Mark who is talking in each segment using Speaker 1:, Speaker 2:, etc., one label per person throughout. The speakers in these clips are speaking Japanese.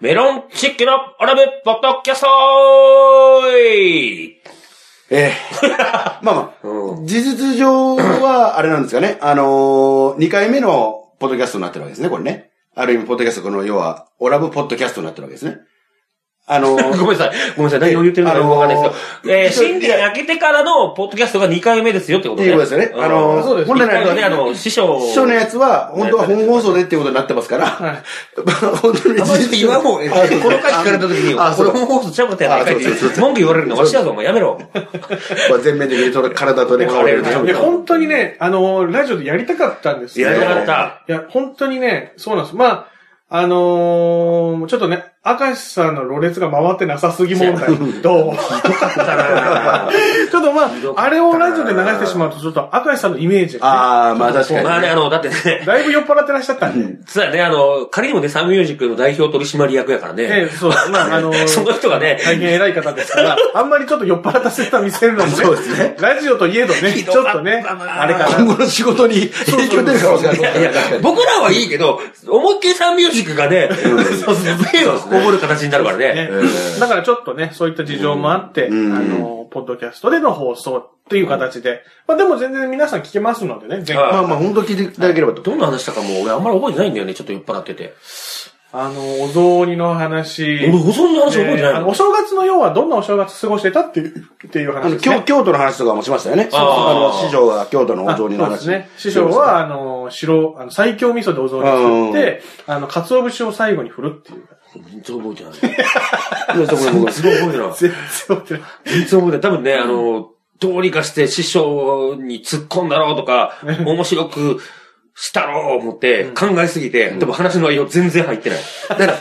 Speaker 1: メロンチックのオラブポッドキャストイ
Speaker 2: ええまあまあ、
Speaker 1: う
Speaker 2: 事実上は、あれなんですかね。あのー、2回目のポッドキャストになってるわけですね、これね。ある意味、ポッドキャスト、この、要は、オラブポッドキャストになってるわけですね。あのー、
Speaker 1: ごめんなさい。ごめんなさい。何を言ってるのかよくわかんないですけど。えー、
Speaker 2: 一人
Speaker 1: 新年明けてからのポッドキャストが2回目ですよってこ
Speaker 2: って
Speaker 1: と
Speaker 2: い
Speaker 1: ね。
Speaker 2: うことですよね。
Speaker 1: うん
Speaker 2: あのー、
Speaker 3: そうです
Speaker 2: 本
Speaker 1: 一
Speaker 2: 来な
Speaker 1: 回
Speaker 2: ら
Speaker 1: はね、あの、師匠。
Speaker 2: 師匠のやつは、本当は本放送でっていうことになってますから、本当に
Speaker 1: あんまりちょっと言わん方がいい
Speaker 2: あそう
Speaker 1: この回聞かれた時に、
Speaker 2: あ、
Speaker 1: こ
Speaker 2: そ
Speaker 1: れ
Speaker 2: う。
Speaker 1: 本放送ちゃうことやないかいって
Speaker 2: あそうそうそう
Speaker 1: 文句言われるのわしやぞ、お前やめろ。
Speaker 2: まあ全面的にそれ体とね、顔でね。
Speaker 1: はい
Speaker 3: や、本当にね、あのーラジオでやりたかったんです
Speaker 1: や
Speaker 3: ど
Speaker 1: りたかった。
Speaker 3: いや、本当にね、そうなんです。まあ、あのーちょっとね、明石さんのろれつが回ってなさすぎ問題と、 ちょっとまあ
Speaker 1: ひどかっ、たな
Speaker 3: あれをラジオで流してしまうと、ちょっと明石さんのイメージが、
Speaker 2: ああ、まあ確かに。
Speaker 1: まあね、あの、だってね
Speaker 3: ね、、だいぶ酔っ払ってらっしゃったんで、
Speaker 1: 実はね、あの、仮にもね、サンミュージックの代表取締役やから
Speaker 3: ええ
Speaker 1: ね。
Speaker 3: そう、まあ、あの ー
Speaker 1: その人がね、
Speaker 3: 大変偉い方で すから、あんまりちょっと酔っ払った姿見せるのもね、
Speaker 2: そうですね
Speaker 3: ラジオといえどね、
Speaker 1: ひ
Speaker 3: ち
Speaker 1: どか
Speaker 3: ょっ
Speaker 1: った
Speaker 3: とね、
Speaker 1: な
Speaker 3: あれか
Speaker 2: 今
Speaker 3: な。
Speaker 2: 後の仕事に影響出る可能性がある
Speaker 1: いやいや
Speaker 2: 確か、に
Speaker 1: 僕らはいいけど、思いっきりサンミュージックがね、迷惑をこぼる形になるからね。
Speaker 3: ねだからちょっとね、そういった事情もあって、
Speaker 2: うん
Speaker 3: あの、ポッドキャストでの放送っていう形で、まあでも全然皆さん聞けますのでね、前
Speaker 1: はい
Speaker 3: 回。
Speaker 2: まあまあ、本当聞いていただければと。
Speaker 1: どんな話したかもう俺あんまり覚えてないんだよね、ちょっと酔っ払ってて。
Speaker 3: あの、お雑煮の話。
Speaker 1: 俺、保存の話覚えて
Speaker 3: で
Speaker 1: な
Speaker 3: あ
Speaker 1: い
Speaker 3: の
Speaker 1: の
Speaker 3: お正月の要はどんなお正月過ごしてたっていう、っていう
Speaker 2: あの、
Speaker 3: 話です
Speaker 2: 京
Speaker 3: ね。
Speaker 2: 京都の話とかもしましたよね。
Speaker 1: あー
Speaker 2: あの、師匠が京都のお
Speaker 3: あ
Speaker 2: 雑煮の
Speaker 3: そ
Speaker 2: 話。
Speaker 3: うですね。師匠は、あの、白、あの、最強味噌でお雑煮作って、あの、鰹節を最後に振るっていう。
Speaker 1: 全然覚えてない。
Speaker 2: そうですね、
Speaker 1: すごい覚えてない。
Speaker 3: 全然覚えてない。
Speaker 1: 全然覚えてない。多分ね、あの、どうにかして師匠に突っ込んだろうとか、面白くしたろう思って考えすぎて、でも話の内容全然入ってない。
Speaker 2: だから、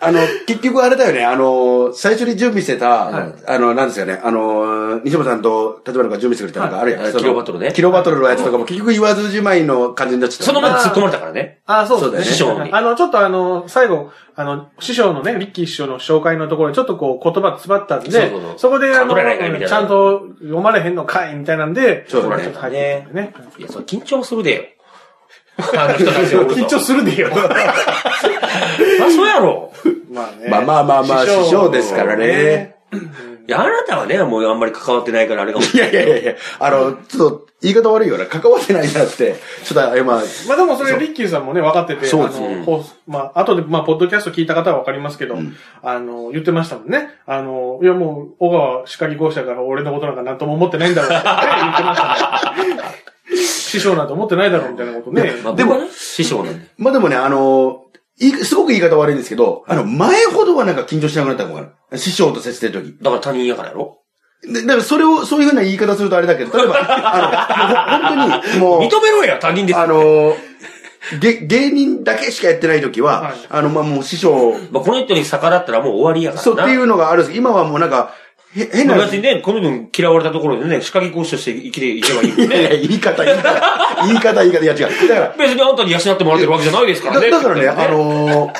Speaker 2: あの、結局あれだよね、あの、最初に準備してた、あの、なんですかね、あの、西本さんと立花が準備してくれたのがあるやん。
Speaker 1: はい
Speaker 2: その
Speaker 1: キロバトルね
Speaker 2: キロバトルのやつとかも結局言わずじまいの感じになっちゃった。
Speaker 1: その前に突っ込まれたからね。
Speaker 3: あ、そう
Speaker 2: そうだ
Speaker 3: で
Speaker 2: よ
Speaker 3: す
Speaker 2: ね
Speaker 3: ね。
Speaker 1: 師匠に
Speaker 3: あの、ちょっとあの、最後、あの、師匠のね、リッキー師匠の紹介のところにちょっとこう、言葉詰まったんで、
Speaker 1: そ
Speaker 3: そう
Speaker 1: そうそう
Speaker 3: こで、あの、
Speaker 1: 被らないかいみたいな
Speaker 3: ちゃんと読まれへんのかいみたいなんで、
Speaker 2: そうだね
Speaker 3: ちょっと入ってきてね。
Speaker 1: いや、それ緊張するでよ。 あの人たちお ると
Speaker 3: 緊張するでよ。
Speaker 1: まあ、そうやろ。
Speaker 3: まあね
Speaker 2: まあまあまあまあ、師匠ですからね。。
Speaker 1: いや、あなたはね、もうあんまり関わってないからあれがもし
Speaker 2: い
Speaker 1: れな
Speaker 2: やいやいやいや、あの、ちょっと言い方悪いよな。関わってないじゃなくて、ちょっと今、
Speaker 3: まあでもそれリッキーさんもね、分かってて、
Speaker 2: そう
Speaker 3: あ
Speaker 2: です
Speaker 3: の、ほうまあ、後で、まあ、ポッドキャスト聞いた方は分かりますけど、あの、言ってましたもんね。あの、いやもう、小川歯科技工者から俺のことなんか何とも思ってないんだろうって言ってましたね。師匠なんて思ってないだろうみたいなことね。
Speaker 1: まあ、
Speaker 2: で
Speaker 1: で
Speaker 2: も
Speaker 1: も、師匠なんで。
Speaker 2: まあでもね、あの、いすごく言い方悪いんですけど、あの、前ほどはなんか緊張しなくなったのかな。師匠と接してる時。
Speaker 1: だから他人やからやろ。
Speaker 2: で、だからそれを、そういうふうな言い方するとあれだけど、例えば、あの、もう
Speaker 1: 認
Speaker 2: 本当に、も
Speaker 1: めろや、他人で
Speaker 2: う、
Speaker 1: す。
Speaker 2: あの、げ、芸人だけしかやってない時は、
Speaker 3: はい
Speaker 2: あの、まあもう師匠、
Speaker 1: まあ、この人に逆らったらもう終わりやからな。
Speaker 2: そうっていうのがあるんですけど、今はもうなんか、へ、変な、
Speaker 1: まあ別にね、この分嫌われたところでね、仕掛け講師として生きていけばいいもん
Speaker 2: いやいや
Speaker 1: ね。
Speaker 2: 言い方、言い方、言い方、言い方、いや違う。だから、
Speaker 1: 別にあんたに養ってもらってるわけじゃないですから
Speaker 2: だ
Speaker 1: ね。
Speaker 2: だからね、あのー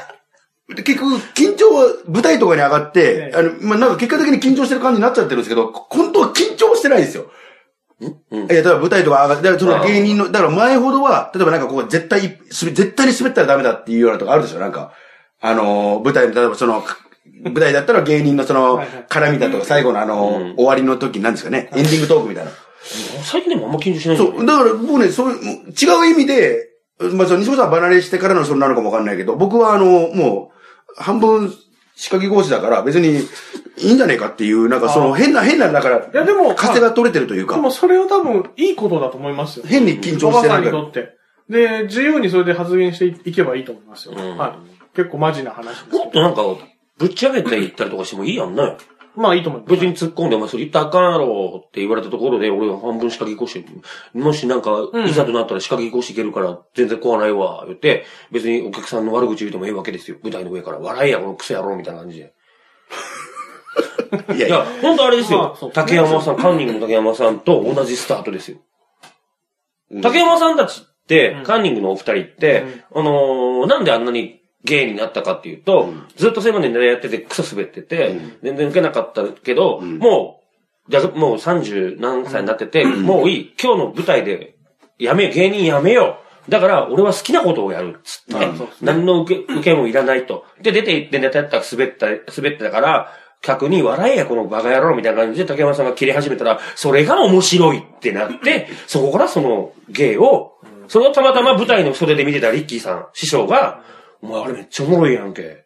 Speaker 2: 結局、緊張は、舞台とかに上がって
Speaker 3: え、え
Speaker 2: あの、まあ、なんか結果的に緊張してる感じになっちゃってるんですけど、本当は緊張してないんですよ。
Speaker 1: うん
Speaker 2: え、だから舞台とか上がって、だからそ
Speaker 1: ああ
Speaker 2: の芸人の、だから前ほどは、例えばなんかこう、絶対、すべ絶対に滑ったらダメだっていうようなとこあるでしょ、なんか。あのー舞台の、例えばその、舞台だったら芸人のその
Speaker 3: はいはい、
Speaker 2: 絡みだとか、最後のあのー、終わりの時なんですかね、エンディングトークみたいな。
Speaker 1: 最近でもあんま緊張しないんだ
Speaker 2: そ
Speaker 1: よね
Speaker 2: う、だから僕ね、そういう、違う意味で、まあ、その西本さんは離れしてからのそれなのかもわかんないけど、僕はあの、もう、半分、仕掛け講師だから、別に、いいんじゃねえかっていう、なんかその、変な、変な、だから、
Speaker 3: いやでも
Speaker 2: 風が取れてるという
Speaker 3: で
Speaker 2: か、
Speaker 3: もそれは多分いいことだと思いますよ。
Speaker 2: 変に緊
Speaker 3: 小
Speaker 2: 張し
Speaker 3: 川
Speaker 2: て
Speaker 3: さ
Speaker 2: なんいか
Speaker 3: に
Speaker 2: ら。
Speaker 3: とって。で、自由にそれで発言していけばいいと思いますよ。
Speaker 1: うん
Speaker 3: はい。結構マジな話ですけ
Speaker 1: もっ
Speaker 3: ど。
Speaker 1: となんか、ぶっちゃけていったりとかしてもいいやんね。
Speaker 3: まあいいと思います。
Speaker 1: 別に突っ込んで、お前それ言ったらあかんやろって言われたところで、俺は半分仕掛け講師、もしなんか、いざとなったら仕掛け講師いけるから全然怖ないわ、言って、別にお客さんの悪口言うてもええわけですよ。舞台の上から、笑えや、この癖やろ、みたいな感じで。
Speaker 2: いや
Speaker 1: い
Speaker 2: いや、
Speaker 1: や、ほんとあれです
Speaker 3: ま
Speaker 1: よ
Speaker 3: あそう。
Speaker 1: 竹山さん、カンニングの竹山さんと同じスタートですよ。
Speaker 2: うん
Speaker 1: 竹山さんたちって
Speaker 3: う、ん
Speaker 1: カンニングのお二人って、あのー、なんであんなに芸になったかっていうと、ずっとそれまで狙いやってて、クソ滑ってて、全然受けなかったけど、もう、じゃあもう30何歳になってて、もういい、今日の舞台で、やめよう、芸人やめよう。だから、俺は好きなことをやるっつって、
Speaker 2: うん
Speaker 3: そうですね
Speaker 1: 何の受け受けもいらないと。で、出て行ってネタやったら滑った、滑ってたから、客に笑えや、このバカ野郎みたいな感じで竹山さんが切れ始めたら、それが面白いってなって、そこからその芸を、それをたまたま舞台の袖で見てたリッキーさん、師匠が、お前あれめっちゃおもろいやんけ。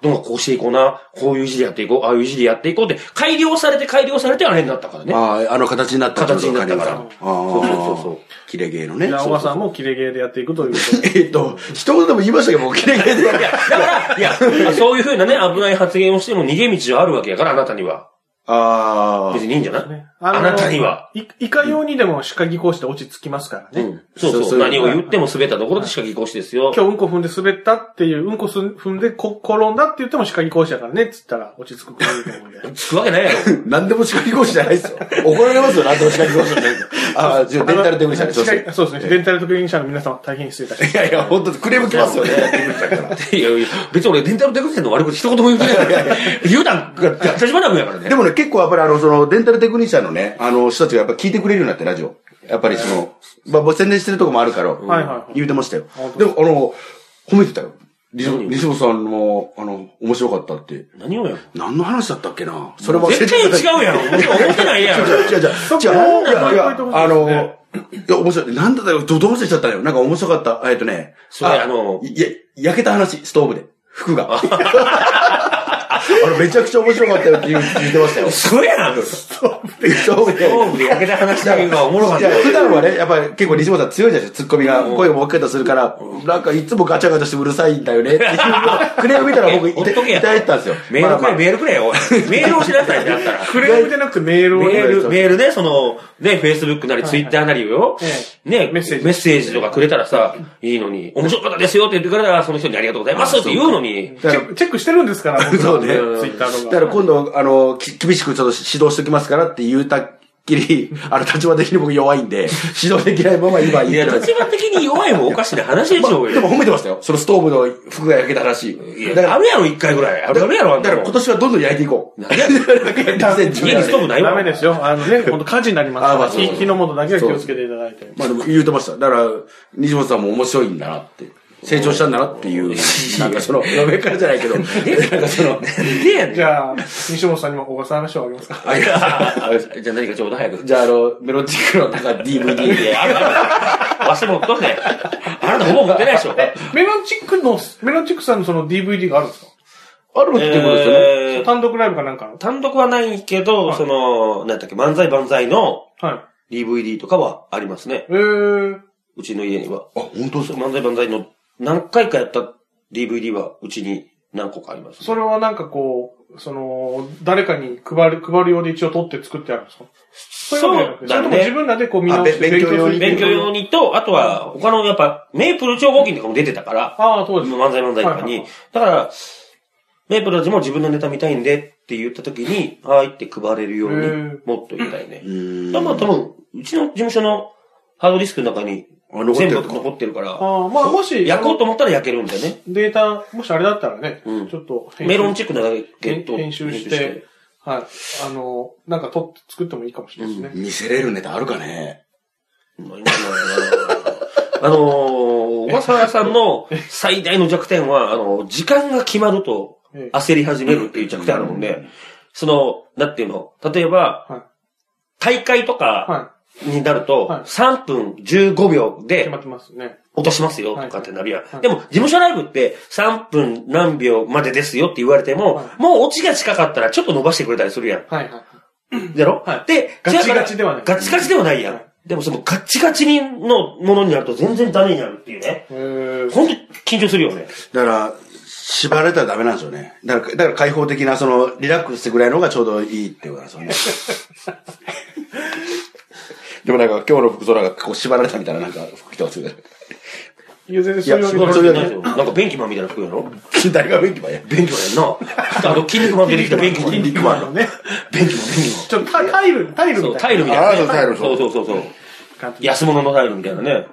Speaker 1: どんどんこうしていこうな。こういう字でやっていこう。ああいう字でやっていこうって、改良されて改良されてあれになったからね。
Speaker 2: ああ、あの形になった
Speaker 1: 形になったから
Speaker 2: ああ、
Speaker 1: そうそうそうそう。
Speaker 2: キレゲーのね。
Speaker 3: じゃあ、小川さんも切れゲーでやっていくということで。
Speaker 2: えっと、一言でも言いましたけど、もうキレゲーで。
Speaker 1: いや、だから、いや、そういうふうなね、危ない発言をしても逃げ道はあるわけやから、あなたには。
Speaker 2: ああ
Speaker 1: 別。にいいんじゃない、
Speaker 3: ね
Speaker 1: あなたには。
Speaker 3: い、いかようにでも歯科技講師で落ち着きますから
Speaker 1: う
Speaker 3: ね。
Speaker 1: ん。そうそう。
Speaker 2: そうそう
Speaker 1: 何を言っても滑ったところでしか技講師ですよ。
Speaker 3: 今日うんこ踏んで滑ったっていう、うんこす踏んでこ転んだって言っても歯科技講師だからね、っつったら落ち着くこと言うと思うんで。
Speaker 1: つくわけないやろ。
Speaker 2: 何でも叱り講師じゃないですよ。 怒られますよ、何でも叱り講師じゃないですよ。ああ、じゃあデンタルテクニシャンねそうです
Speaker 3: 歯科そうですね。デンタルテクニシャンの皆様、大変失礼いたしまし
Speaker 2: いやいや、本当クレーム来ますよね。
Speaker 1: いやいや、別に俺、デンタルテクニシャンの悪口一言も言うてないから。言うたんが、ガッチャジマナやからね
Speaker 2: で。もね、結構やっぱりあの、その、デンタルテクニシャンのね、あの、人たちがやっぱ聞いてくれるようになって、ラジオ。やっぱりその、まあ、もう宣伝してるとこもあるから、
Speaker 3: はいはい
Speaker 2: 言うてましたよ
Speaker 3: 本。当
Speaker 2: でも、あの、褒めてたよ。西
Speaker 1: 何を
Speaker 2: 西本さんの、あの、面白かったって。
Speaker 1: 何をや
Speaker 2: 何の話だったっけなそれ
Speaker 1: 絶対違うやろ。俺思ってないやろ。
Speaker 2: 違う違う違う。
Speaker 3: そこ
Speaker 2: 違う
Speaker 3: も
Speaker 2: いやい
Speaker 3: 覚え
Speaker 2: や
Speaker 3: てほしいですね
Speaker 2: あの、いや、面白い。なんだったよ。ど、どうしてしちゃったのよ。なんか面白かった。えっとね。
Speaker 1: それあの
Speaker 2: いや、焼けた話、ストーブで。服が。あの、めちゃくちゃ面白かったよって言う言ってましたよ。ス
Speaker 1: そうやん。
Speaker 2: トーブで。ストーブで。
Speaker 1: ホームで焼けた話だけがおもろかっ
Speaker 2: い
Speaker 1: た
Speaker 2: や、。普段はね、やっぱり結構西本さん強いじゃないですか、ツッコミが。声も大きかったりするから、なんかいつもガチャガチャしてうるさいんだよねっていうのをクレーム見たら僕、い
Speaker 1: ほっとけや
Speaker 2: ただいてたんですよ。
Speaker 1: メールく
Speaker 2: まあ
Speaker 1: れ、
Speaker 2: まあ
Speaker 1: メールくれよ。メールをしなさいってなったら。
Speaker 3: た。クレームでなくてメールをね
Speaker 1: メール、メールで、その、ね、Facebook なり Twitter なりをよ、
Speaker 3: え
Speaker 1: ね、
Speaker 3: メッセージ
Speaker 1: とかくれたらさ、いいのに、面白かったですよって言ってくれたら、その人にありがとうございますって言うのに、
Speaker 3: チェックチェックしてるんですから、僕
Speaker 2: そうね
Speaker 3: ツイッター
Speaker 2: だ
Speaker 3: と
Speaker 2: か。
Speaker 3: から
Speaker 2: 今度、あの、き厳しくちょっと指導しておきますからって言うたっ きり、あの、立場的に僕弱いんで、指導できないまま今
Speaker 1: い
Speaker 2: 言
Speaker 1: や、
Speaker 2: ってます
Speaker 1: 立。場的に弱いもおかしな話でしょう
Speaker 2: で
Speaker 1: よ。
Speaker 2: も褒めてましたよ。そのストーブの服が焼けた話。
Speaker 1: いや
Speaker 2: だか
Speaker 1: あるやろ、一回ぐらい。あ
Speaker 2: ら、
Speaker 1: るあるやろ、あん
Speaker 2: だ
Speaker 1: たも
Speaker 2: から今年はどんどん焼いていこう。
Speaker 1: 何や家にストーブないわ。
Speaker 3: ダメですよ。あの ね、本当火事になります
Speaker 2: あま
Speaker 3: か
Speaker 2: あ
Speaker 3: ら、
Speaker 2: そうそう
Speaker 3: 火火の元だけは気をつけていただいて。
Speaker 2: まあでも言うてました。だから、西本さんも面白いんだなって。成長したんだなっていう、なんかその、上からじゃないけど、なんか その、
Speaker 1: でやねん
Speaker 3: じゃあ、西本さんにも小笠原賞あげますか
Speaker 2: あいや
Speaker 1: じゃあ何かちょうだい早く。
Speaker 2: じゃああの、メロチックのなんか DVD で、
Speaker 1: あるあるわしも持っとんねん。あなたほぼ持ってないでしょ。
Speaker 3: え、メロンチックの、メロンチックさんのその DVD があるんですか
Speaker 2: あるってことですよね。
Speaker 1: えー
Speaker 3: 単独ライブかなんかの
Speaker 1: 単独はないけど、その、なんだっけ、漫才万歳の
Speaker 3: はい。
Speaker 1: DVD とかはありますね。
Speaker 3: えー、
Speaker 1: うちの家には。
Speaker 2: あ、本当ですか
Speaker 1: 漫才万歳の何回かやった DVD はうちに何個かあります。
Speaker 3: それはなんかこう、その、誰かに配る、配る用で一応取って作ってあるんですかそういうわけじゃなくてそれとも自分らでこう見直して
Speaker 2: あべ勉強用に
Speaker 3: する
Speaker 1: 勉強用にと、あとは他のやっぱ、メイプル超合金とかも出てたから、
Speaker 3: ああ、そうです。
Speaker 1: 漫才漫才とか
Speaker 3: はいはい
Speaker 1: に
Speaker 3: は。
Speaker 1: だから、メイプルたちも自分のネタ見たいんでって言った時に、はーいって配れるよう
Speaker 3: へ
Speaker 1: に
Speaker 3: ー
Speaker 1: もっと言いたいね。
Speaker 2: ん
Speaker 1: まあ多分、うちの事務所のハードディスクの中に
Speaker 2: あ残って
Speaker 1: 全
Speaker 2: る
Speaker 1: 部
Speaker 2: か
Speaker 1: 残ってるから、
Speaker 3: ああ、まあもし、
Speaker 1: 焼こうと思ったら焼けるんだよね。
Speaker 3: データ、もしあれだったらね、
Speaker 1: うん
Speaker 3: ちょっと編集、
Speaker 1: メロンチックなだけ
Speaker 3: 編
Speaker 1: と
Speaker 3: 編集して、、はい。あの、なんか取って作ってもいいかもしれないですね。
Speaker 2: 見せれるネタあるかね
Speaker 1: あのー、小笠原さんの最大の弱点は、あの、時間が決まると
Speaker 3: ええ
Speaker 1: 焦り始めるっていう弱点あるもんで、その、なんていうの、例えば、
Speaker 3: はい。
Speaker 1: 大会とか
Speaker 3: は
Speaker 1: になると、
Speaker 3: はい
Speaker 1: 3分15秒
Speaker 3: い。決
Speaker 1: で
Speaker 3: まってますね。
Speaker 1: 落としますよとかってなるや
Speaker 3: は
Speaker 1: ん。
Speaker 3: い
Speaker 1: でも、事務所ライブって3分何秒までですよって言われても
Speaker 3: は、
Speaker 1: もうオチが近かったらちょっと伸ばしてくれたりするやん。
Speaker 3: はいはいはい。
Speaker 1: だろ、
Speaker 3: はい
Speaker 1: で、
Speaker 3: ガチガチではない
Speaker 1: ガチガチではないや
Speaker 3: は
Speaker 1: ん
Speaker 3: い。
Speaker 1: でもそのガチガチにのものになると全然ダメになるっていうね。
Speaker 3: えー、
Speaker 1: ほんと緊張するよね。
Speaker 2: だから、縛られたらダメなんですよね。だから、だから開放的な、その、リラックスしてぐらいの方がちょうどいいってことなんですよね。 でもなんか、今日の服装なんか、こう縛られたみたいな、なんか、服着て ますよね。
Speaker 3: いや、全然そういうわけ
Speaker 2: いやそ
Speaker 3: じ
Speaker 2: れ
Speaker 3: ゃ
Speaker 2: は
Speaker 3: ない。
Speaker 2: ね
Speaker 1: なんか便器マンみたいな服やろ
Speaker 2: 誰が便器ばや。
Speaker 1: 便器マンやんな。あの、筋肉マン出てきた便器マン。
Speaker 3: 筋肉マンのね。
Speaker 1: 便器マン、便器マン。
Speaker 3: ちょっとタタイル、タイル
Speaker 1: そ
Speaker 3: み
Speaker 1: う、
Speaker 3: た
Speaker 1: タイ
Speaker 3: い
Speaker 1: ルみたいな、ね。
Speaker 2: あーそうタイル
Speaker 1: そ
Speaker 2: そうう
Speaker 1: そうそうそう。
Speaker 3: な感じ。
Speaker 1: 安物のタイルみたいなね。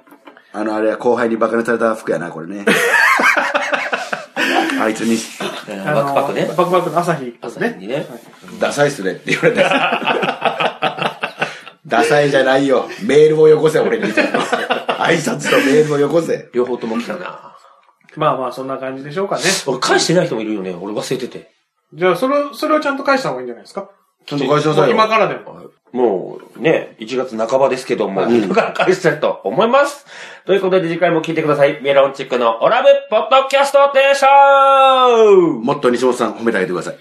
Speaker 2: あの、あれは後輩にバカにされた服やな、これね。 あいつに、
Speaker 1: えー
Speaker 3: あ
Speaker 1: バ
Speaker 3: の
Speaker 1: ックパックね。
Speaker 3: バックパックの朝日です
Speaker 1: 朝日に
Speaker 3: ね。
Speaker 1: ね。
Speaker 2: ダサいっすねって 言われ た。ダサいじゃないよ。メールをよこせ、俺に。挨拶とメールのよこせ。
Speaker 1: 両方とも来たな。
Speaker 3: まあまあ、そんな感じでしょうかね。
Speaker 1: 俺返してない人もいるよね。俺忘れてて。
Speaker 3: じゃあ、それを、それをちゃんと返した方がいいんじゃないですか
Speaker 2: ちゃんと返しなさいよ
Speaker 3: 今からでも。
Speaker 1: もうね、1月半ばですけども、今から返したいと思います。ということで次回も聞いてください。メロンチックのオラブポッドキャストでした
Speaker 2: もっと西本さん褒めてあげてください。